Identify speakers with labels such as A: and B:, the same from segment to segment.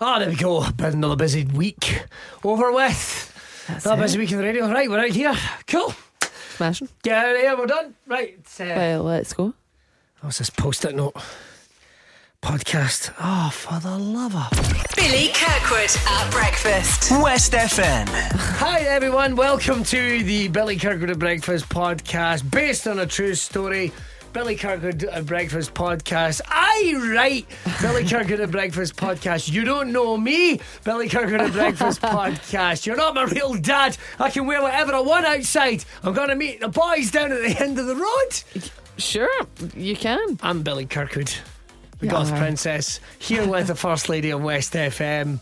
A: Ah, there we go. Been another busy week over with.
B: That's
A: another
B: it.
A: busy week in the radio. Right, we're out here. Cool.
B: Smashing.
A: Get out of here. We're done. Right. it's, uh,
B: Well, let's go.
A: What's this post-it note? Podcast. Oh, for the love of.
C: Billy Kirkwood at breakfast.
D: West FM.
A: Hi everyone. Welcome to the Billy Kirkwood at Breakfast podcast, based on a true story. Billy Kirkwood at Breakfast podcast. I write Billy Kirkwood at Breakfast podcast. You don't know me, Billy Kirkwood at Breakfast podcast. You're not my real dad. I can wear whatever I want outside. I'm going to meet the boys down at the end of the road.
B: Sure, you can.
A: I'm Billy Kirkwood, the
B: You
A: Goth
B: are.
A: Princess, here with the First Lady of West FM.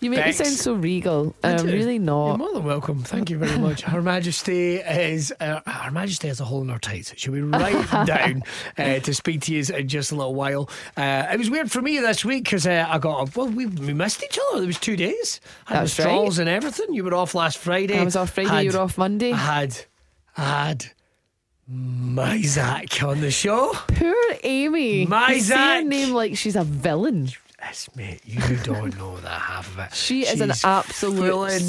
B: You make
A: Bex.
B: me sound so regal. and I'm
A: do.
B: Um, really
A: You're
B: not.
A: more than welcome. Thank you very much. Her Majesty is uh, Her Majesty has a hole in her tights. She'll be right down uh, to speak to you in just a little while. Uh, it was weird for me this week because uh, I got a, well, we, we missed each other. There was two days. I had
B: That's
A: withdrawals and everything. You were off last Friday.
B: I was off Friday, you
A: Had-
B: were off Monday.
A: I had, I had Myzak on the show.
B: Poor Amy.
A: My
B: You say her
A: Zac.
B: name like she's a villain.
A: Yes, mate, you don't know that half of it.
B: She is an
A: She's
B: absolute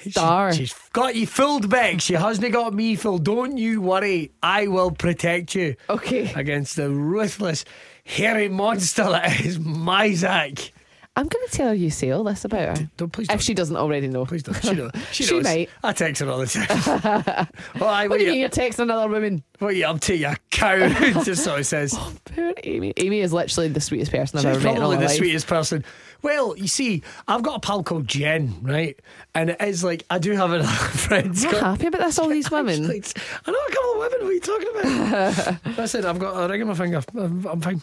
A: She-
B: star.
A: she's got you fooled, Beck. She hasn't got me fooled. Don't you worry. I will protect you
B: Okay.
A: against the ruthless, hairy monster that is Myzak.
B: I'm going to tell her you say all this about her.
A: Don't please
B: If
A: don't.
B: she doesn't already know.
A: Please don't. She, knows. she,
B: She
A: knows.
B: might.
A: I text her all the time. well, I,
B: What
A: what,
B: do you mean
A: you,
B: you're texting another woman?
A: what you up to, you cow? Just so it says.
B: Poor Amy. Amy is literally the sweetest person I've
A: She's
B: ever met in all
A: probably
B: my
A: the
B: life.
A: sweetest person. Well, you see, I've got a pal called Jen, right? And it is like I do have a friend.
B: I'm not happy about this. All these women.
A: I know a couple of women. What are you talking about? I said I've got a ring on my finger. I'm, I'm fine.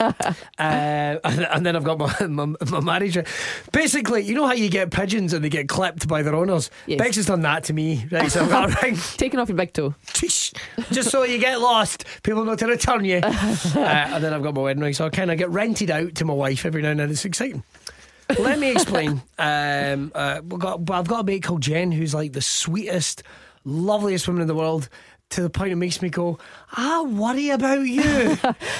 A: uh, and, and then I've got my, my my marriage. ring. Basically, you know how you get pigeons and they get clipped by their owners.
B: Yes.
A: Bex has done that to me. Right, so I've got a ring.
B: Taking off your big toe.
A: Tish. just so you get lost. People know to return you. Uh, and then I've got my wedding ring, so I kind of get rented out to my wife every now and then. It's exciting. Let me explain. Um, uh, we've got, I've got a mate called Jen who's like the sweetest, loveliest woman in the world. To the point it makes me go, I worry about you.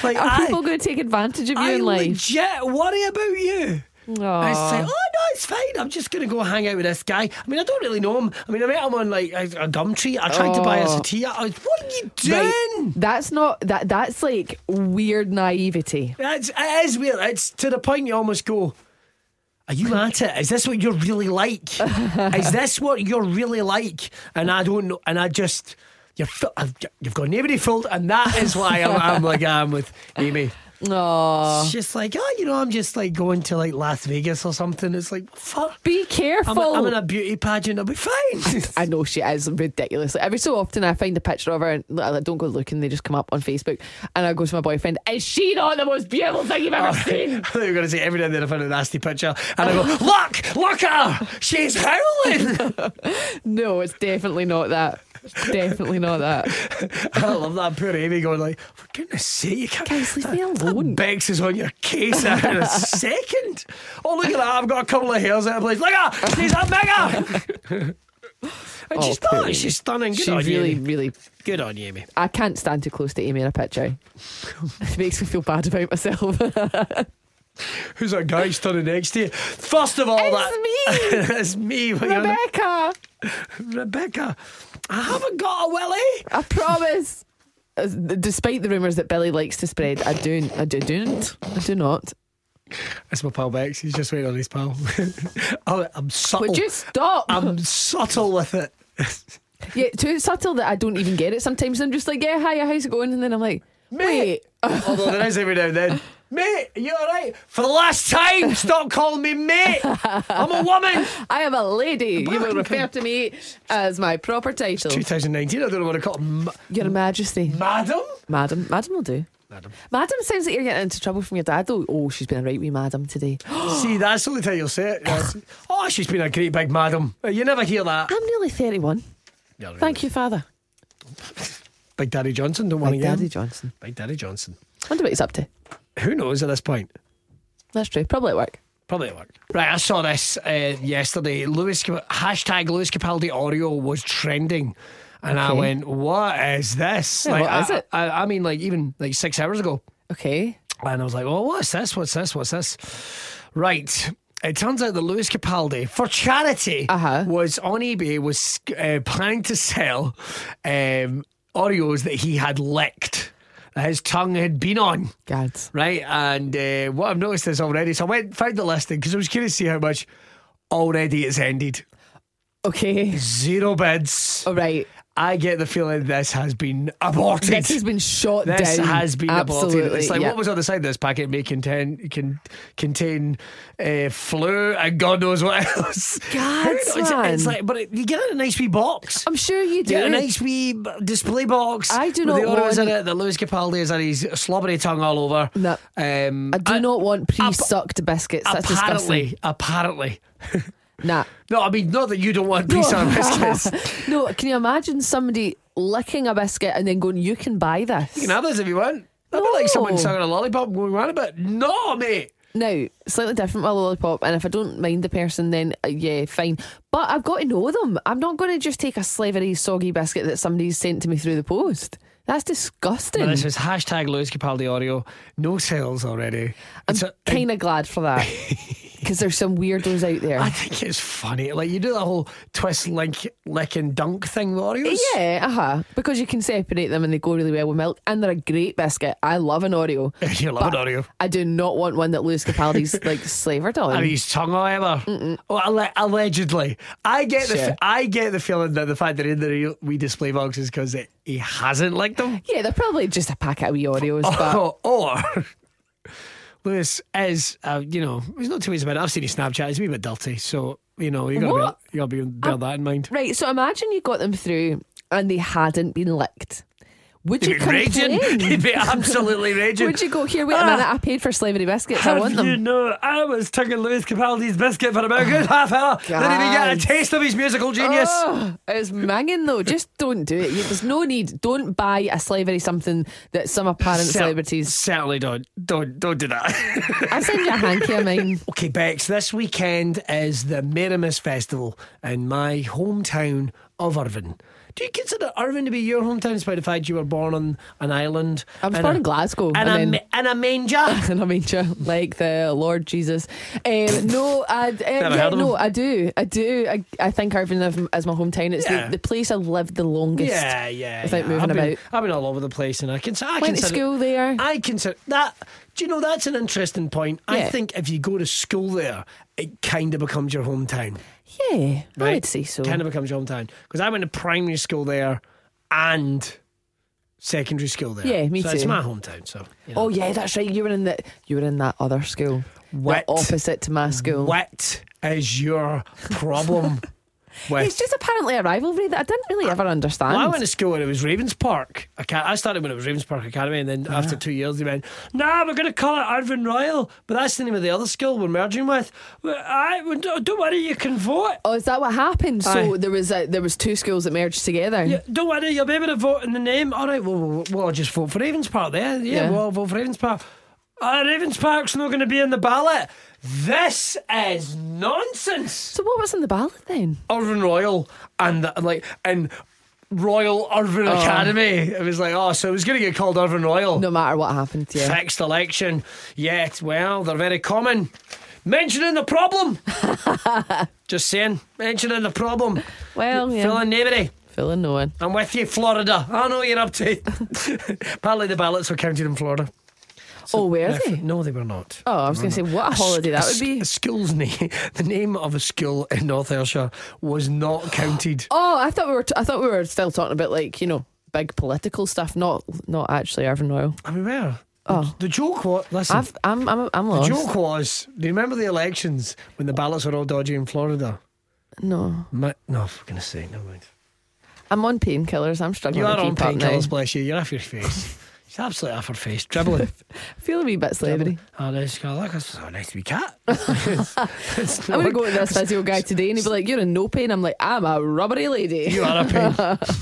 A: like
B: Are
A: I,
B: people going to take advantage of you
A: I
B: in life?
A: legit worry about you. I
B: Aw.
A: say, oh no, it's fine. I'm just gonna go hang out with this guy. I mean, I don't really know him. I mean, I met him on like a, a gum tree. I tried to buy us a
B: Oh.
A: tea. I was, what are you
B: Right.
A: doing?
B: That's not that. That's like weird naivety.
A: That's it is weird. It's to the point you almost go. Are you at it? Is this what you're really like? Is this what you're really like? And I don't know. And I just you're fi- I've- you've got nobody fooled, and that is why I'm, I'm like I am with Amy.
B: Oh,
A: It's just like oh, you know, I'm just like going to like Las Vegas or something. It's like fuck.
B: be
A: I'm,
B: careful.
A: I'm in a beauty pageant. I'll be fine.
B: I know she is ridiculous. Like, every so often, I find a picture of her and I don't go looking. They just come up on Facebook, and I go to my boyfriend. Is she not the most beautiful thing you've ever
A: I
B: seen?
A: thought you were going to say every now and then I found a nasty picture, and I go, "Look, look at her! She's howling."
B: No, it's definitely not that. It's definitely not that.
A: I love that poor Amy going like, "For goodness sake, you can't,
B: Guys, leave me
A: that
B: alone."
A: Bex is on your case out in a second. Oh, look at that! I've got a couple of hairs out of place. Look at her! She's a mega. and
B: Oh,
A: she's
B: poor
A: not.
B: Amy.
A: She's stunning. Good
B: she
A: on you,
B: really,
A: Amy.
B: really.
A: Good on you, Amy.
B: I can't stand too close to Amy in a picture. It makes me feel bad about myself.
A: Who's that guy standing next to you? First of all,
B: It's
A: that it's me. Well, you're not-
B: Rebecca,
A: Rebecca. I haven't got a willy.
B: I promise. As- Despite the rumours that Billy likes to spread, I do, I do, don't, I do not.
A: That's my pal Bex. He's just waiting on his pal. Oh, I'm subtle.
B: Would you stop?
A: I'm subtle with it.
B: Yeah, too subtle that I don't even get it sometimes. I'm just like, yeah, hiya, how's it going? And then I'm like,
A: Mate.
B: wait.
A: Although there is every now and then. Mate, are you all right? For the last time, stop calling me mate. I'm a woman.
B: I am a lady. You will
A: Welcome.
B: refer to me as my proper title.
A: 2019. I don't know what to call m-
B: Your Majesty.
A: madam.
B: Madam. Madam will do.
A: Madam.
B: Madam sounds like you're getting into trouble from your dad, though. Oh, she's been a right wee madam today.
A: See, that's the only time you'll say it. That's- oh, she's been a great big madam. You never hear that.
B: I'm nearly 31. Thank you, Father.
A: Big Daddy Johnson. Don't want
B: My
A: to
B: Daddy Johnson.
A: Big Daddy Johnson.
B: wonder what he's up to.
A: Who knows at this point?
B: That's true. Probably at work.
A: Probably at work. Right, I saw this uh, yesterday. Lewis Cap- hashtag Lewis Capaldi Oreo was trending. And I
B: Okay.
A: went, what is this?
B: Yeah,
A: like,
B: what
A: I,
B: is it?
A: I, I mean, like, even like six hours ago.
B: Okay.
A: And I was like, well, what's this? What's this? What's this? Right. It turns out that Lewis Capaldi, for charity,
B: Uh-huh.
A: was on eBay was uh, planning to sell um, Oreos that he had licked, that his tongue had been on.
B: Gads.
A: Right, and uh, what I've noticed is already. So I went found the listing because I was curious to see how much. Already, it's ended.
B: Okay.
A: Zero bids.
B: All right.
A: I get the feeling this has been aborted.
B: This has been shot down.
A: This has been
B: Absolutely.
A: aborted. It's like
B: yeah.
A: what was on the side of this packet may contain can contain uh, flu and God knows what else.
B: Gads,
A: It's- it's,
B: man.
A: like, but it, you get it in a nice wee box.
B: I'm sure you do.
A: Get a nice wee display box.
B: Um, I do
A: with
B: not
A: the Oreos in
B: want-
A: it. The Lewis Capaldi is on his slobbery tongue all over.
B: No.
A: um,
B: I do not want pre-sucked biscuits. That's
A: apparently,
B: disgusting.
A: apparently.
B: Nah.
A: No, I mean not that you don't want pizza and biscuits.
B: no, can you imagine somebody licking a biscuit and then going, "You can buy this"?
A: You can have this if you want. That'd be like someone
B: No.
A: sucking a lollipop and going around a bit. No, mate.
B: Now, slightly different with a lollipop, and if I don't mind the person, then uh, yeah, fine. But I've got to know them. I'm not going to just take a slavery soggy biscuit that somebody's sent to me through the post. That's disgusting.
A: But this is hashtag Lewis Capaldi audio. No sales already.
B: I'm
A: It's a-
B: kind of glad for that because there's some weirdos out there.
A: I think it's funny. Like you do that whole twist, link, lick, and dunk thing with Oreos.
B: Yeah, uh huh. Because you can separate them and they go really well with milk, and they're a great biscuit. I love an Oreo.
A: you love an
B: but
A: Oreo.
B: I do not want one that Lewis Capaldi's like slavered on.
A: And his tongue, however, well, alle- allegedly, I get the
B: Sure.
A: f- I get the feeling that the fact that in the real- we display box is because he hasn't licked them,
B: yeah, they're probably just a packet of wee Oreos, but
A: or, or Lewis is, uh, you know, there's not two ways about it. I've seen his Snapchat; he's a wee bit dirty, so you know you gotta
B: What?
A: be, you gotta be, bear that in mind.
B: right. So imagine you got them through and they hadn't been licked. Would you
A: He'd be raging.
B: complain?
A: He'd be absolutely raging.
B: Would you go here? Wait a
A: Ah.
B: minute! I paid for slavery biscuits. I
A: Have
B: want them.
A: you know, I was tugging Lewis Capaldi's biscuit for about a good half hour. Then he began a
B: God.
A: taste of his musical genius.
B: Oh, it's manging though. Just don't do it. You- There's no need. Don't buy a slavery something that some apparent
A: Cer-
B: celebrities.
A: Certainly don't. Don't don't do that.
B: I send you a hanky of mine.
A: okay, Bex, this weekend is the Merrimus Festival in my hometown of Irvine. Do you consider Irvine to be your hometown despite the fact you were born on an island?
B: I was
A: in
B: born
A: a-
B: in Glasgow,
A: And,
B: and
A: a,
B: then-
A: ma- and a manger.
B: And I mean, sure, like the Lord Jesus. Um, no, I uh, yeah,
A: heard of him.
B: no, I do, I do. I, I think Irvine is- is my hometown. It's
A: Yeah.
B: the, the place I've lived the longest.
A: Yeah, yeah.
B: without
A: yeah.
B: moving
A: I've been,
B: about.
A: I've been all over the place, and I can. I Ah.
B: Went to
A: consider-
B: school there.
A: I consider that. Do you know that's an interesting point? I
B: Yeah.
A: think if you go to school there, it kind of becomes your hometown.
B: yeah,
A: Right?
B: I would say so.
A: Kind of becomes your hometown because I went to primary school there and secondary school there.
B: Yeah, me
A: so It's
B: too.
A: my hometown. So you know.
B: Oh yeah, that's right. You were in the you were in that other school,
A: Wet.
B: the opposite to my school.
A: what is your problem with?
B: It's just apparently a rivalry that I didn't really ever understand.
A: Well, I went to school and it was Ravens Park. I, ca- I started when it was Ravens Park Academy, and
B: Ah.
A: then after two years, they went, "Nah, we're going to call it Irvine Royal." But that's the name of the other school we're merging with. Well, I, well, don't, don't worry, you can vote.
B: Oh, is that what happened? So
A: Aye.
B: there was a, there was two schools that merged together.
A: Yeah, Don't worry, you'll be able to vote in the name. All right, well, well, well I'll just vote for Ravens Park there. Yeah,
B: Yeah.
A: well, I'll vote for Ravens Park. Uh, Ravens Park's not going to be in the ballot. This is nonsense.
B: So what was in the ballot then?
A: Irvine Royal and the, like and Royal Irvine Academy. It was like, oh, so it was going to get called Irvine Royal.
B: No matter what happened, yeah.
A: fixed election. Yet, well, they're very common. Mentioning the problem. Just saying, mentioning the problem.
B: Well, yeah.
A: Phil and Navery,
B: Feeling no one.
A: I'm with you, Florida. I know what you're up to. Apparently, the ballots were counted in Florida.
B: oh, where are
A: Yeah,
B: they?
A: No, they were not.
B: Oh, I was going to say, what a holiday that would
A: A
B: be.
A: school's name, the name of a school in North Ayrshire, was not counted.
B: Oh, I thought we were. T- I thought we were still talking about like you know big political stuff. Not not actually Irvine Royal.
A: I mean, where? Oh. The joke was. Listen,
B: I've, I'm I'm I'm
A: the
B: lost.
A: joke was. Do you remember the elections when the ballots were all dodgy in Florida?
B: No,
A: My, no, for goodness sake, never mind.
B: I'm on painkillers. I'm struggling.
A: You are
B: to
A: on
B: keep up now.
A: painkillers, bless you. You're off your face. She's absolutely off her face, dribbling.
B: Feel a wee bit slavery.
A: oh, there's got look, it's a nice wee cat. It's
B: I'm gonna
A: not-
B: go to this physio guy today and he'll be like, "You're in no pain." I'm like, "I'm a rubbery lady."
A: You Oh, are a pain.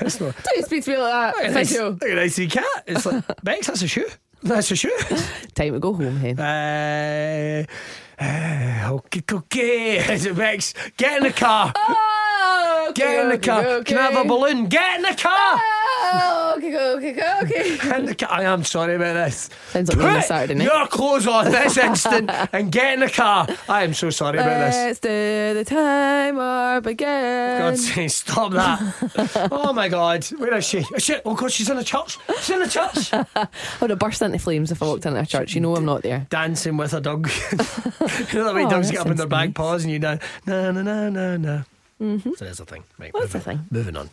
A: It's not.
B: Don't you speak to me like
A: Look
B: that,
A: at this,
B: physio.
A: look at this wee cat. It's like Bex. That's a shoe. That's a shoe.
B: Time to go home, hen.
A: Uh, uh, okay, okay. Bex, get in the car.
B: Oh, okay,
A: Get in the
B: okay,
A: car.
B: okay.
A: Can I have a balloon? Get in the car.
B: Oh, okay, okay, okay.
A: Get in the car. I am sorry about this.
B: Sounds like me on a
A: Put
B: Saturday night.
A: Your clothes on this instant and get in the car. I am so sorry about this.
B: Let's do the time warp again.
A: God say, stop that. oh my God. Where is she? Oh, shit. Oh God, she's in a church. She's in a church.
B: I would have burst into flames if I walked into a church. You know I'm not there.
A: Dancing with a dog. you know that way
B: Oh,
A: dogs
B: that
A: get up in their
B: sounds
A: back
B: nice.
A: paws and you know, na na na na na. Mm-hmm. So there's a thing. Right,
B: Well, that's
A: moving,
B: a thing.
A: Moving on.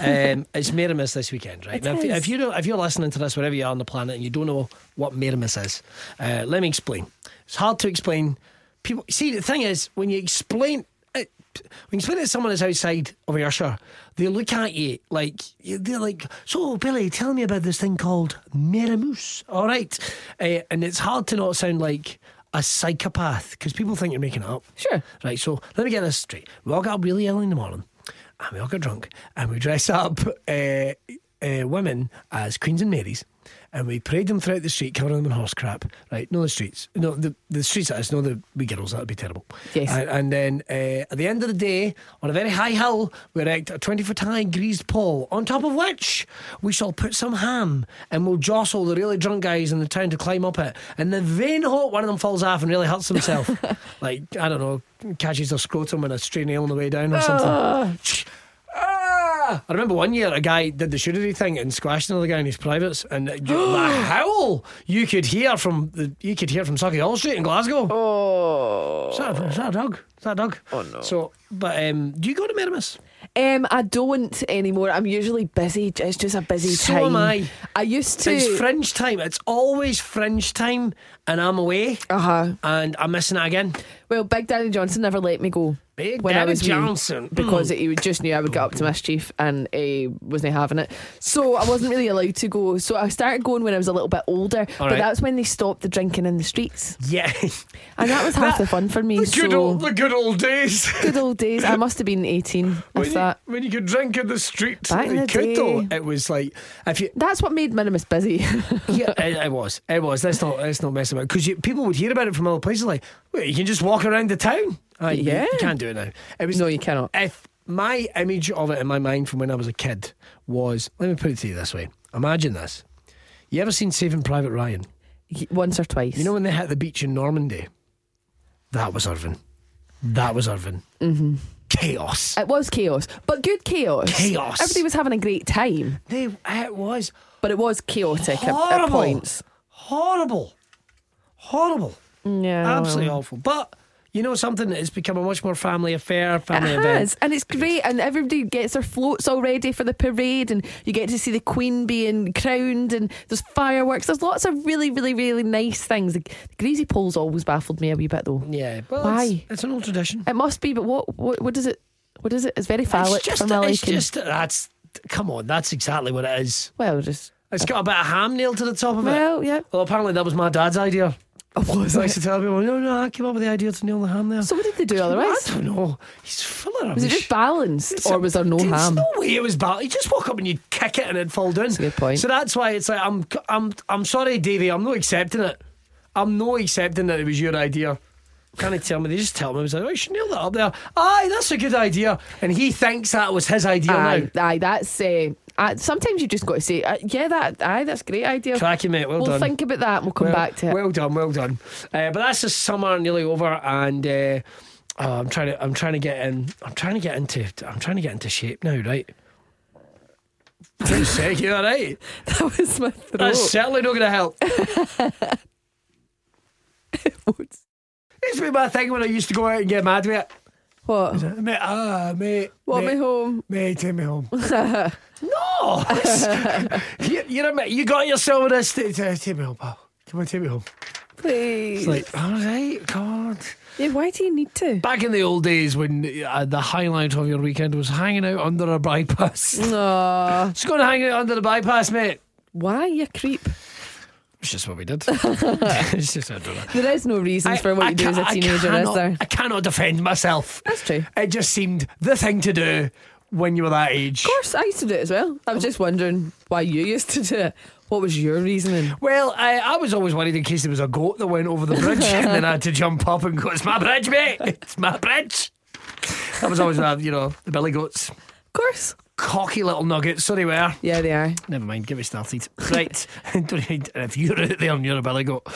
A: um, it's Meramis this weekend, right?
B: It
A: now, if,
B: is.
A: if you don't, if you're listening to this wherever you are on the planet and you don't know what Meramis is, uh, let me explain. It's hard to explain. People see the thing is when you explain it, when you explain it to someone that's outside of Ayrshire, they look at you like they're like, "So Billy, tell me about this thing called Meramus." All right, uh, and it's hard to not sound like a psychopath because people think you're making it up.
B: Sure.
A: Right, so let me get this straight. We all got up really early in the morning and we all got drunk and we dress up uh, uh, women as Queens and Marys and we parade them throughout the street, covering them in horse crap. Right, no, the streets. No, the, the streets that is, no, the wee girls, that would be terrible.
B: Yes.
A: And, and then uh, at the end of the day, on a very high hill, we erect a 20 foot high greased pole, on top of which we shall put some ham and we'll jostle the really drunk guys in the town to climb up it. And then vain hope one of them falls off and really hurts himself. like, I don't know, catches their scrotum and a stray nail on the way down or something. Ah! I remember one year a guy did the shootery thing and squashed another guy in his privates, and the the howl you could hear from the, you could hear from Sucky Hall Street in Glasgow.
B: Oh.
A: Is that, is that a dog? Is that a dog? Oh no. So, but um, do you go to Meramis?
B: Um, I don't anymore. I'm usually busy. It's just a busy
A: So
B: time.
A: am I.
B: I used to.
A: It's fringe time. It's always fringe time, and I'm away,
B: uh huh.
A: and I'm missing it again.
B: Well, Big Daddy Johnson never let me go.
A: Big
B: when I
A: Daddy
B: was wee,
A: Johnson. Hmm.
B: because he would- just knew I would get up to mischief and he wasn't having it. So I wasn't really allowed to go. So I started going when I was a little bit older, but
A: right.
B: that's when they stopped the drinking in the streets,
A: Yeah,
B: and that was half
A: That-
B: the fun for me.
A: the good
B: so
A: old the good old days.
B: good old days. I must have been eighteen
A: When
B: if
A: you,
B: that.
A: when you could drink in the street,
B: Back in
A: you
B: the
A: could
B: day.
A: though. It was like if you
B: That's what made Minimus busy.
A: yeah, it, it was. It was. Let's not let's not mess about because people would hear about it from other places. Like, wait, you can just walk around the town. Aye, you-
B: Yeah.
A: you can't do it now. It was
B: No, you cannot.
A: If my image of it in my mind from when I was a kid was, let me put it to you this way: Imagine this. You ever seen Saving Private Ryan?
B: Once or twice.
A: You know when they hit the beach in Normandy? That was Irvin. That was Irvin. Mm-hmm. Chaos.
B: It was chaos, but good chaos.
A: Chaos.
B: Everybody was having a great time,
A: They, it was
B: but it was chaotic at- at,
A: Horrible.
B: points.
A: horrible, horrible.
B: Mm, Yeah,
A: Absolutely awful. But you know something? It's become a much more family affair,
B: It
A: family event.
B: has, and it's great, and everybody gets their floats all ready for the parade, and you get to see the Queen being crowned, and there's fireworks. There's lots of really, really, really nice things. The greasy poles always baffled me a wee bit, though.
A: Yeah, but It's,
B: Why?
A: it's an old tradition.
B: It must be, but what, what, what is it? What is it? It's very phallic
A: It's just,
B: for my
A: it's
B: liking.
A: just that's. Come on, that's exactly what it is.
B: well, just
A: It's got a bit of ham nailed to the top of it.
B: well, yeah.
A: Well, apparently that was my dad's idea.
B: Was
A: He likes to tell people, no, no, I came up with the idea to nail the ham there.
B: So what did they do
A: I
B: otherwise?
A: don't know. He's full of
B: Was it
A: rubbish.
B: just balanced,
A: It's
B: or
A: a-
B: was there no
A: there's
B: ham?
A: no way it was bad. You just walk up and you kick it and it'd fall down. That's
B: a good point.
A: So that's why it's like I'm I'm I'm sorry, Davey, I'm not accepting it. I'm not accepting that it was your idea. Can not tell me? They just tell me. I was like, oh, you should nail that up there. Aye, that's a good idea. And he thinks that was his idea now.
B: Aye, aye, that's. Uh, uh, sometimes you just got to say, uh, yeah, that, aye, that's a great idea.
A: Cracking, mate. Well
B: we'll
A: done.
B: think about that. and We'll come
A: well,
B: back to it.
A: Well done, well done. Uh, but that's the summer nearly over, and uh, oh, I'm trying to I'm trying to get in. I'm trying to get into I'm trying to get into shape now, right? Too sick, you all right?
B: that was my throat.
A: That's certainly not going to help. It's been my thing when I used to go out and get mad with it.
B: what?
A: Mate, ah, mate.
B: Want
A: mate,
B: me home?
A: Mate, take me home. no! you, you're a, ma- you got yourself in this. Take, take me home, pal. Come on, take me home. It's
B: Please.
A: like, all right, God.
B: yeah, why do you need to?
A: Back in the old days when uh, the highlight of your weekend was hanging out under a bypass.
B: No.
A: Just going to hang out under the bypass, mate.
B: Why you creep?
A: It's just what we did. it's just, I don't know.
B: There is no reasons for what you do as a
A: ca-
B: teenager,
A: I
B: is
A: cannot,
B: there?
A: I cannot defend myself.
B: That's true. Of
A: It just seemed the thing to do when you were that age.
B: course, I used to do it as well. I
A: Oh.
B: was just wondering why you used to do it. What was your reasoning?
A: Well, I, I was always worried in case there was a goat that went over the bridge and then I had to jump up and go, It's my bridge, mate. It's my bridge. That was always, uh, you know, the Billy Goats.
B: Of course.
A: Cocky little nuggets, so they were.
B: Yeah, they are.
A: Never mind, get me started. Right, Don't mind. if you're out there and you're a Billy Goat,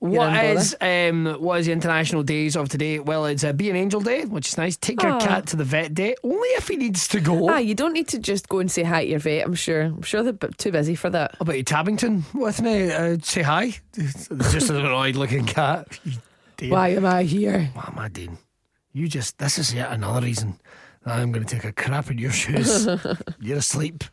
A: what
B: on
A: is um, what is the international days of today? Well, it's uh, Be an Angel Day, which is nice. Take your
B: Aw.
A: cat to the vet day, only if he needs to go.
B: Ah, you don't need to just go and say hi to your vet. I'm sure. I'm sure they're b- too busy for that.
A: About you, Tabington with me. Uh, say hi. It's Just an annoyed looking cat. You dear.
B: Why am I here?
A: What am I doing? You just, this is yet another reason that I'm going to take a crap in your shoes. You're asleep.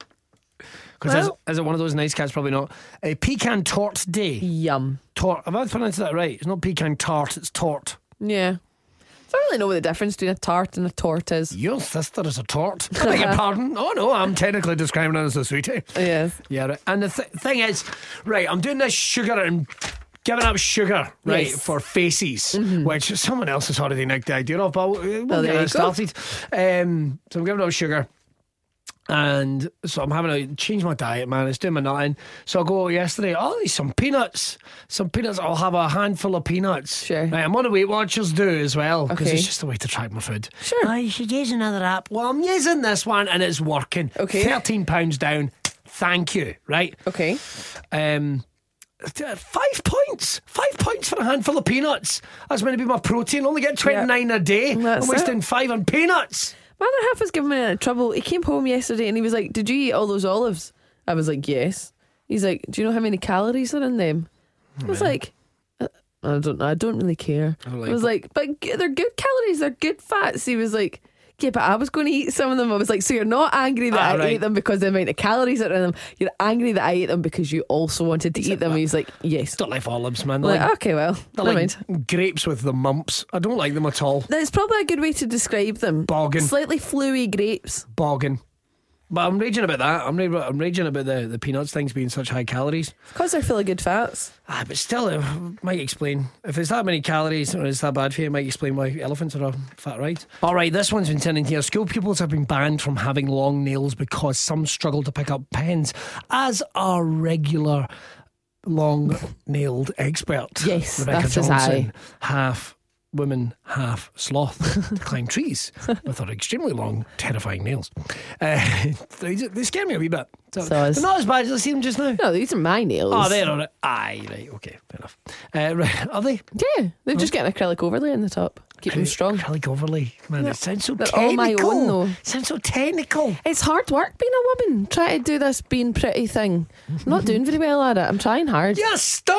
A: Because
B: Well-
A: is, it one of those nice cats? Probably not. A pecan tort day.
B: Yum.
A: Tort. Have I pronounced that right? It's not pecan tart, it's tort.
B: Yeah. I don't really know what the difference between a tart and a tort is.
A: Your sister is a tort. I beg your pardon. Oh no, I'm technically describing her as a sweetie.
B: Yes.
A: Yeah, right. And the th- thing is, right, I'm doing this sugar and giving up sugar, right,
B: Yes. Mm-hmm.
A: for faces, which someone else has already nicked the idea of, but we'll, we'll
B: there
A: get
B: you
A: that
B: go.
A: started. Um, so I'm giving up sugar. And so I'm having to change my diet, man. It's doing my nothing. So I go yesterday. Oh, there's some peanuts. Some peanuts. I'll have a handful of peanuts.
B: Sure.
A: Right, I'm on the Weight Watchers do as well because
B: Okay.
A: it's just a way to track my food.
B: Sure.
A: Oh, you should use another app. Well, I'm using this one and it's working.
B: Okay.
A: Thirteen pounds down. Thank you. Right.
B: Okay.
A: Um, t- uh, five points. Five points for a handful of peanuts. That's meant to be my protein. Only get twenty nine a day.
B: That's
A: I'm wasting five on peanuts.
B: My other half was giving me a lot of trouble. He came home yesterday and he was like, "Did you eat all those olives?" I was like, "Yes." He's like, "Do you know how many calories are in them?" I was like, "Uh, "I don't. know. I don't really care." I,
A: Oh, like-
B: was like, "But g- they're good calories. They're good fats." He was like. Yeah, but I was going to eat some of them. I was like, so you're not angry that
A: Ah,
B: I
A: right.
B: ate them because the amount of calories that are in them. You're angry that I ate them because you also wanted to eat them. He was like, yes.
A: Don't like olives, man.
B: I'm
A: They're
B: like, okay, well,
A: they're
B: never mind.
A: like grapes with the mumps. I don't like them at all.
B: That's probably a good way to describe them.
A: Bargain.
B: Slightly fluey grapes.
A: Bargain. But I'm raging about that. I'm, ra- I'm raging about the, the peanuts things being such high calories.
B: Because they're full of good fats.
A: Ah, but still, it might explain. If it's that many calories or it's that bad for you, it might explain why elephants are a fat right. All right, this one's been sent in here. School pupils have been banned from having long nails because some struggle to pick up pens, as are regular long nailed expert.
B: Yes,
A: Rebecca
B: that is
A: Johnson, half woman, half sloth, to climb trees with her extremely long, terrifying nails. Uh, they, they scare me a wee bit. So,
B: So is-
A: they're not as bad as I see them just now.
B: No, these are my nails.
A: Oh, they're all right. Aye, right, okay, fair enough. Uh, right, are they?
B: Yeah, they've
A: Oh.
B: just got an acrylic overlay on the top. Keep them strong.
A: Acrylic overlay. Man, it sounds so
B: They're
A: technical.
B: all my own, though.
A: Sounds so technical.
B: It's hard work being a woman. Try to do this being pretty thing. I'm not doing very well at it. I'm trying hard.
A: You're stunning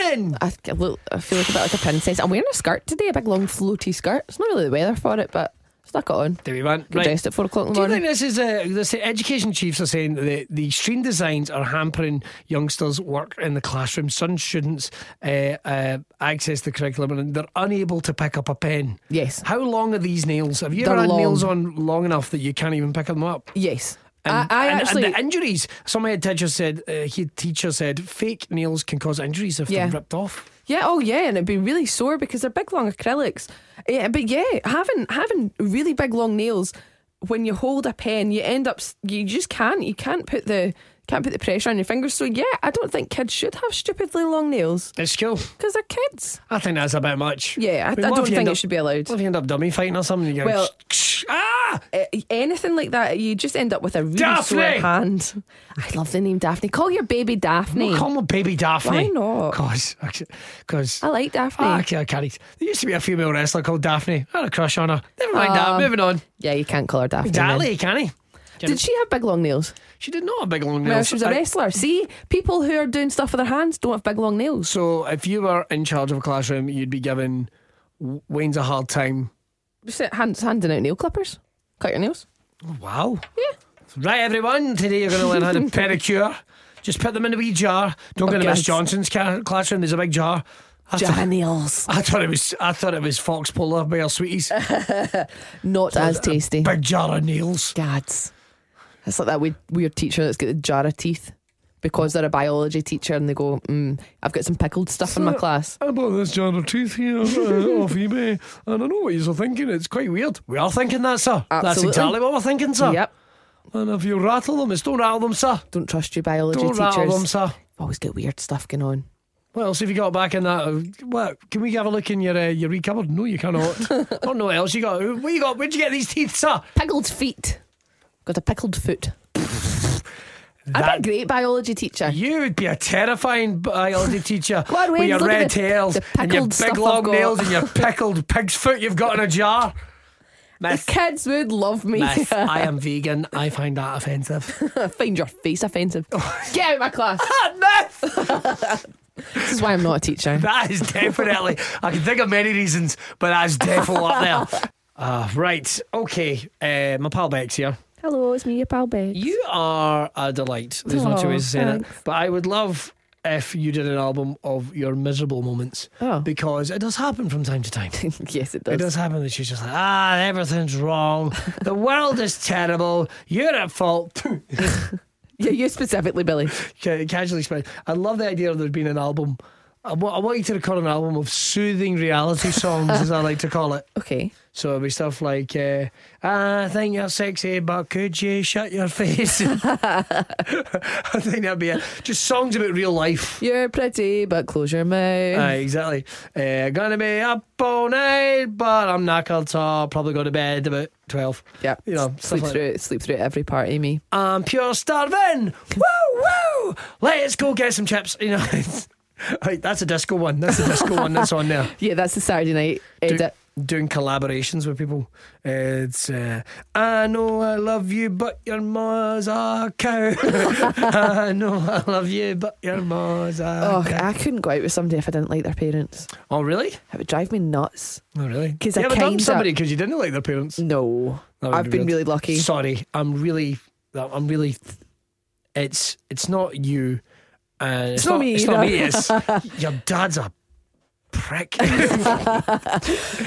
A: then.
B: I, I look, I feel like a bit like a princess. I'm wearing a skirt today, a big long floaty skirt. It's not really the weather for it, but stuck it on.
A: There we went.
B: Got
A: Right.
B: dressed at four o'clock in the
A: Do you think
B: morning.
A: this is uh, this education chiefs are saying that the extreme designs are hampering youngsters' work in the classroom? Some students uh, uh, access the curriculum and they're unable to pick up a pen.
B: Yes.
A: How long are these nails? Have you ever
B: They're
A: had
B: long.
A: nails on long enough that you can't even pick them up?
B: Yes.
A: And,
B: I, I
A: and- and
B: actually.
A: the injuries. Some head teacher said, uh, he teacher said, fake nails can cause injuries if
B: Yeah.
A: they're ripped off.
B: Yeah, oh yeah, and it'd be really sore because they're big long acrylics. Yeah, but yeah, having having really big long nails when you hold a pen, you end up s- you just can't you can't put the can't put the pressure on your fingers. So yeah, I don't think kids should have stupidly long nails
A: It's cool.
B: because they're kids.
A: I think that's a bit much.
B: Yeah, I,
A: mean,
B: I
A: what
B: don't
A: if you
B: think
A: end
B: it
A: up-
B: should be allowed.
A: What if you end up dummy fighting or something? You go,
B: Well-
A: ksh, ksh, ah!
B: Uh, anything like that, you just end up with a really sore
A: Daphne!
B: hand. I love the name Daphne. Call your baby Daphne.
A: Well, call my baby Daphne.
B: Why not?
A: Because, because.
B: I like Daphne.
A: Ah, okay, I can't. There used to be a female wrestler called Daphne. I had a crush on her. Never mind that.
B: Aw.
A: Moving on.
B: yeah, you can't call her Daphne. then.
A: Dally, can he?
B: Did she have big long nails?
A: She did not have big long nails.
B: Well, she was a
A: I-
B: wrestler. See, people who are doing stuff with their hands don't have big long nails.
A: so, if you were in charge of a classroom, you'd be giving Wayne's a hard time
B: Just hands handing out nail clippers. Cut your nails.
A: Wow. Yeah. Right, everyone. Today you're going to learn how to pedicure. Just put them in a wee jar. Don't go to Miss
B: Buckets.
A: Johnson's ca- classroom. There's a big jar. I, thought-
B: nails.
A: I thought it was. I thought it was fox polar bear sweeties.
B: Uh. Not as tasty.
A: Big jar of nails.
B: Gads. It's like that weird, weird teacher that's got the jar of teeth because they're a biology teacher and they go, mm, I've got some pickled stuff in my class.
A: I bought this jar of teeth here uh, off eBay, and I know what you're thinking. It's quite weird. We are thinking that, sir. That's
B: Absolutely.
A: exactly what we're thinking, sir.
B: Yep.
A: And if you rattle them, it's don't rattle them, sir.
B: Don't trust you biology
A: Don't rattle them,
B: teachers.
A: sir.
B: Always get weird stuff going on.
A: What else have you got back in that? What can we have a look in your uh, your wee cupboard? No, you cannot. I don't know what else you got. What you got? Where'd you get these teeth, sir?
B: Pickled feet. Got a pickled foot. I'd
A: That-
B: be a great biology teacher.
A: You would be a terrifying biology teacher
B: Go on,
A: with
B: Wayne,
A: your
B: look at
A: red
B: the-
A: tails
B: the
A: and your
B: pickled
A: big
B: stuff I've
A: long
B: got.
A: nails and your pickled pig's foot you've got in a jar.
B: The
A: Myth.
B: kids would love me.
A: Myth. I am vegan. I find that offensive.
B: Find your face offensive. Get out of my class.
A: Myth.
B: This is why I'm not a teacher.
A: That is definitely. I can think of many reasons, but that's definitely up there. Uh, right. Okay. Uh, my pal Beck's here.
B: Hello, it's me, your pal Beck.
A: You are a delight. There's no two
B: Aw,
A: ways to say that.
B: Oh, thanks.
A: But I would love if you did an album of your miserable moments
B: Oh.
A: because it does happen from time to time.
B: yes, it
A: It
B: does.
A: does happen that she's just like, ah, everything's wrong. The world is terrible. You're at fault.
B: Yeah, you specifically, Billy.
A: ca- casually spin. I love the idea of there being an album. I wa- I want you to record an album of soothing reality songs, as I like to call it.
B: Okay.
A: So it'll be stuff like, uh, I think you're sexy, but could you shut your face? I think that'd be it. Just songs about real life.
B: You're pretty, but close your mouth.
A: Aye, exactly. Uh, gonna be up all night, but I'm knackered, so I'll probably go to bed about 12.
B: Yep.
A: You know, stuff
B: sleep
A: like
B: through it. Sleep through every part of me.
A: I'm pure starving. Woo, woo. Let's go get some chips. You know, it's- Right, that's a disco one. That's a disco one that's on there.
B: Yeah, that's the Saturday night
A: Do-
B: edit.
A: doing collaborations with people. It's, uh, I know I love you, but your ma's a cow. I know I love you, but your ma's a
B: Oh,
A: cow.
B: I couldn't go out with somebody if I didn't like their parents.
A: Oh, really?
B: It would drive me nuts.
A: Oh, really?
B: 'Cause
A: you
B: I
A: ever done
B: kinda-
A: somebody because you didn't like their parents?
B: No,
A: That would
B: I've
A: be
B: been
A: weird.
B: really lucky.
A: Sorry, I'm really, I'm really. It's it's not you, and it's,
B: not me
A: It's not
B: either.
A: me. It's your dad's a prick.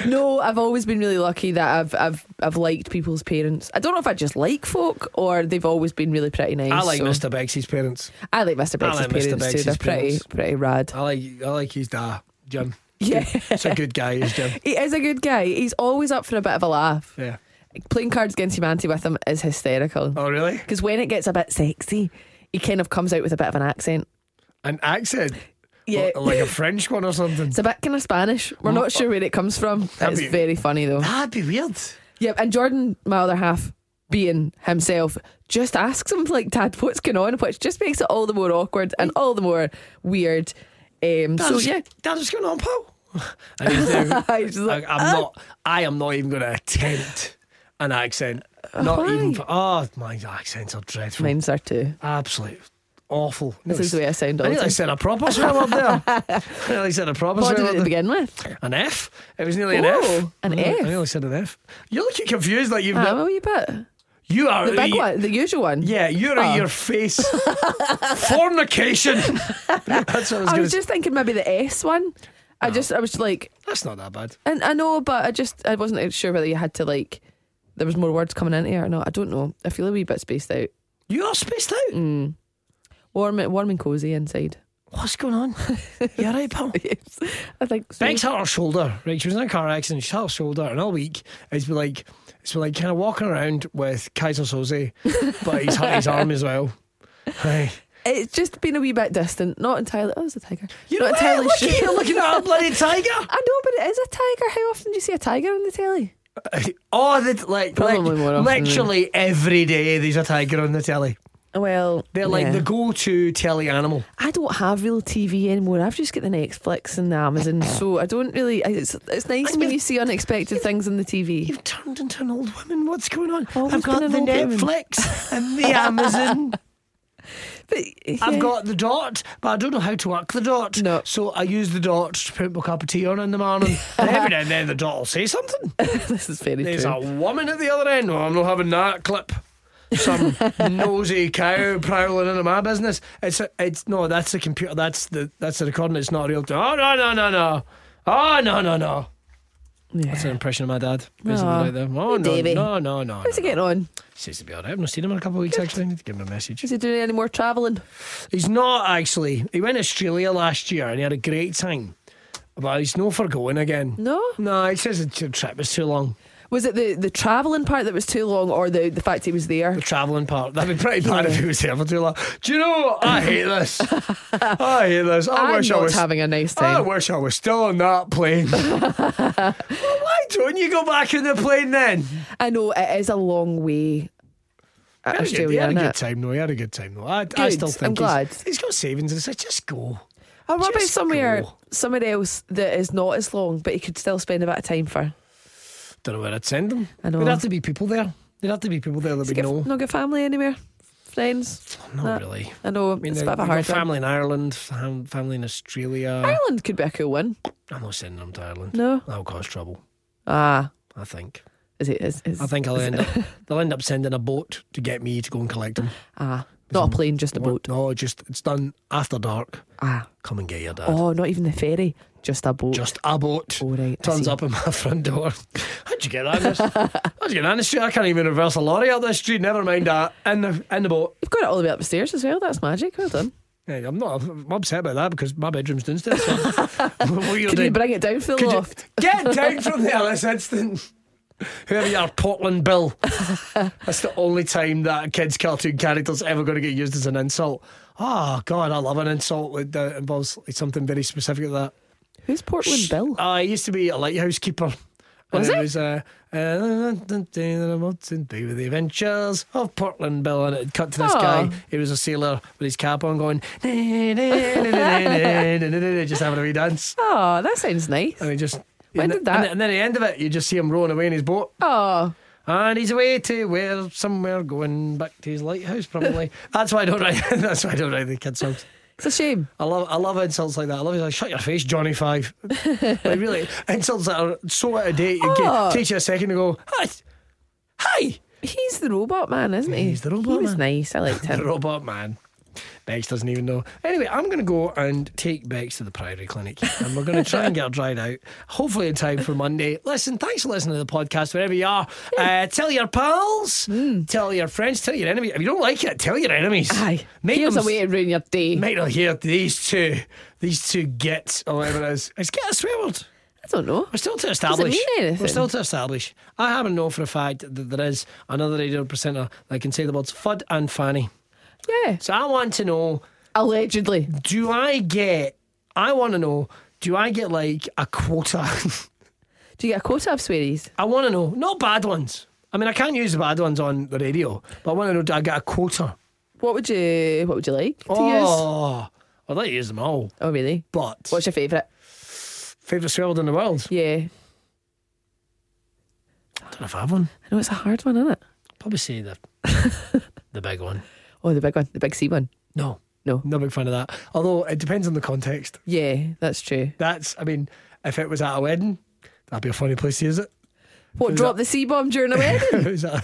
B: No, I've always been really lucky that I've I've I've liked people's parents. I don't know if I just like folk or they've always been really pretty nice.
A: I like
B: so-
A: Mr. Bexy's parents.
B: I like Mr. Bex's
A: like Mr.
B: parents too.
A: Bex's
B: They're
A: parents.
B: pretty pretty rad.
A: I like I like his dad, Jim.
B: Yeah.
A: It's a good guy, is Jim.
B: He is a good guy. He's always up for a bit of a laugh.
A: Yeah.
B: Playing Cards Against Humanity with him is hysterical.
A: Oh, really?
B: Because when it gets a bit sexy, he kind of comes out with a bit of an accent.
A: An accent?
B: Yeah.
A: L- like a French one or something.
B: It's a bit kind of Spanish. We're not sure where it comes from.
A: Oh. That'd
B: It's
A: be-
B: very funny though.
A: That'd be weird.
B: Yeah, and Jordan, my other half, being himself, just asks him like, "Dad, what's going on?" Which just makes it all the more awkward and all the more weird. Um,
A: Dad,
B: so
A: what's-
B: yeah,
A: Dad, what's going on, pal? And he's there.
B: He's just like,
A: I, I'm not. I am not even going to attempt an accent. Not even.
B: Why?
A: For, oh, my accents are dreadful.
B: mine's there too.
A: Absolute awful.
B: This is the way I sound all
A: I
B: the
A: nearly
B: time.
A: said a proper swear word there. I nearly said a proper swear
B: What did
A: word
B: it
A: there.
B: begin with?
A: An F. It was nearly an
B: Oh,
A: F.
B: an
A: I nearly-
B: F.
A: I nearly said an F. You're looking confused. Like you've
B: Ah,
A: not-
B: I'm a wee bit.
A: You are
B: The big
A: you-
B: one, the usual one.
A: Yeah, you're at
B: Oh.
A: your face. Fornication. That's what I was Ah.
B: I
A: going to
B: was
A: say.
B: just thinking maybe the S one. I just, I was like,
A: That's not that bad.
B: and I know, but I just, I wasn't sure whether you had to like, there was more words coming in here or not. I don't know. I feel a wee bit spaced out. Mm.
A: You are spaced out.
B: Warm, warm and cozy inside.
A: What's going on? you all right, pal?
B: I think so.
A: Beck's hurt her shoulder, right? She was in a car accident, she hurt her shoulder, and all week it's been like it's been like kind of walking around with Kaiser Soze, but he's hurt his arm as well. Hey.
B: It's just been a wee bit distant. Not entirely. Oh, it's a tiger.
A: You know
B: not
A: what?
B: entirely
A: Look
B: sure.
A: at you looking at a bloody tiger.
B: I know, but it is a tiger. How often do you see a tiger on the telly?
A: Oh, the, like,
B: Probably more
A: like
B: often than-
A: literally every day there's a tiger on the telly.
B: Well,
A: They're like the go-to telly animal.
B: I don't have real TV anymore. I've just got the Netflix and the Amazon, so I don't really. I- It's it's nice when you see unexpected things on the TV.
A: You've turned into an old woman. What's going on?
B: always
A: I've Oh, got
B: been an
A: the
B: old woman.
A: Netflix and the Amazon.
B: But yeah.
A: I've got the dot, but I don't know how to work the dot.
B: No.
A: So I use the dot to put my cup of tea on in the morning. and every now and then the dot will say something.
B: this is very
A: There's
B: true.
A: a woman at the other end. Well, I'm not having that clip. Some nosy cow prowling into my business. It's a, it's no, that's the computer. That's the that's the recording. It's not real. Oh no no no no. Oh no no no. That's an
B: yeah.
A: impression of my dad. Basically,
B: Aw.
A: right there. Oh
B: Hey,
A: no
B: Davey.
A: no no no.
B: How's he
A: no.
B: getting on?
A: Seems to be alright. I've not seen him in a couple of weeks. Actually, I need to give him a message.
B: Is he doing any more travelling?
A: He's not actually. He went to Australia last year and he had a great time, but he's no for going again.
B: No.
A: No, he says the trip was too long.
B: Was it the, the travelling part that was too long or the, the fact he was there?
A: The travelling part. That'd be pretty bad if he was there for too long. Do you know? I hate this. I hate this. I
B: I'm
A: wish I
B: not
A: was
B: having a nice
A: I
B: time.
A: wish I was still on that plane. well, why don't you go back in the plane then?
B: I know it is a long way
A: You had
B: at
A: a good- you
B: Australia,
A: had a
B: innit?
A: good time though. You had a good time though. I, I
B: Good.
A: still
B: I'm
A: think he's-
B: glad.
A: he's got savings. and said, just go.
B: Oh, what about
A: Just
B: somewhere
A: go.
B: somewhere else that is not as long, but you could still spend a bit of time for?
A: Don't know where I'd send them.
B: I know.
A: There'd have to be people there. There'd have to be people there that
B: Just
A: would
B: get,
A: know.
B: Not get family anywhere, friends.
A: Not
B: that-
A: really.
B: I know
A: I mean,
B: it's
A: they-
B: a bit of a
A: they've
B: hard
A: got
B: one.
A: family in Ireland, fam- family in Australia.
B: Ireland could be a cool one.
A: I'm not sending them to Ireland.
B: No,
A: That'll cause trouble.
B: ah,
A: I think.
B: is it? Is, is,
A: I think I'll
B: is it-
A: end up. They'll end up sending a boat to get me to go and collect them.
B: Ah, not a plane, just a boat.
A: No, just it's done after dark.
B: Ah,
A: Come and get your dad.
B: oh, not even the ferry, just a boat.
A: Just a boat.
B: Oh, right, I
A: Turns
B: see.
A: up at my front door. How'd you get that? miss? How'd you get that in the street? I can't even reverse a lorry up this street. Never mind that. In the in the boat.
B: You've got it all the way upstairs as well. That's magic. Well done.
A: Hey, I'm not. I'm upset about that because my bedroom's downstairs. So what you're
B: Could you
A: doing?
B: bring it down for the
A: Could you-
B: loft?
A: get down from there this instant. Whoever you are, Portland Bill. That's the only time that a kid's cartoon character's ever going to get used as an insult. Oh, God, I love an insult that that involves something very specific like that.
B: Who's Portland Bill?
A: Uh, I used to be a lighthouse keeper. And
B: Was
A: it?
B: it?
A: was uh, uh, to do with the adventures of Portland Bill, and it cut to this
B: Aw.
A: guy. He was a sailor with his cap on, going "Nee, nee, nee, nee, nee, nee, nee, nee," just having a wee dance,
B: Oh, that sounds nice.
A: and he just
B: When
A: and
B: did
A: th-
B: that-
A: And, then at the end of it, you just see him rowing away in his boat,
B: Oh,
A: and he's away to where somewhere going back to his lighthouse probably. that's why I don't write. that's why I don't write the kids songs.
B: it's a shame.
A: I love I love insults like that. I love it. Like, Shut your face, Johnny Five. like really, insults that are so out of date. It
B: Oh.
A: oh. takes you a second to go. Hi, hi,
B: He's the robot man, isn't he?
A: He's the robot
B: He was
A: man.
B: nice. I liked
A: the
B: him.
A: robot man. Bex doesn't even know. Anyway, I'm going to go and take Bex to the Priory Clinic, and we're going to try and get her dried out. Hopefully, in time for Monday. Listen, thanks for listening to the podcast wherever you are. Uh, tell your pals,
B: Hmm.
A: tell your friends, tell your enemies. If you don't like it, tell your enemies.
B: Aye,
A: Make
B: here's
A: them
B: a way to ruin your day.
A: Might not hear these two, these two gits or whatever it is. It's get a swear word.
B: I don't know.
A: We're still to establish.
B: mean anything?
A: We're still to establish. I happen to know for a fact that there is another radio presenter that can say the words "fud" and "fanny."
B: Yeah,
A: So I want to know:
B: allegedly.
A: Do I get? I want to know: Do I get like a quota?
B: Do you get a quota of swearies?
A: I want to know, not bad ones. I mean, I can't use the bad ones on the radio, but I want to know: Do I get a quota?
B: What would you What would you like to use?
A: oh, I'd like to use them all,
B: Oh, really?
A: but
B: What's your favourite?
A: favorite swear word in the world?
B: Yeah,
A: I don't know if I have one.
B: I know it's a hard one, isn't it?
A: Probably say the the big one.
B: Oh, the big one, the big C one.
A: No,
B: No,
A: no big fan of that. Although it depends on the context.
B: yeah, that's true.
A: That's, I mean, if it was at a wedding, that'd be a funny place to use it.
B: What? Drop the C bomb during a wedding?
A: It was at-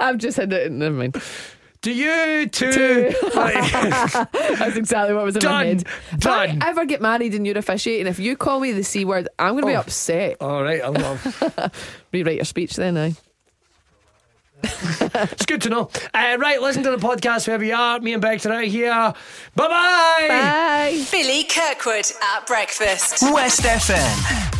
B: I've just had it. Never mind.
A: Do you too?
B: Two.
A: Like,
B: That's exactly what was in my
A: Done.
B: head. If I
A: Done.
B: ever get married and you're officiating, if you call me the C word, I'm going to be
A: Oh.
B: upset.
A: all right, I love.
B: Rewrite your speech then, I.
A: It's good to know. Uh, right, listen to the podcast wherever you are. Me and Bex are out here. Bye bye.
B: Bye.
C: Billy Kirkwood at breakfast.
D: West FM.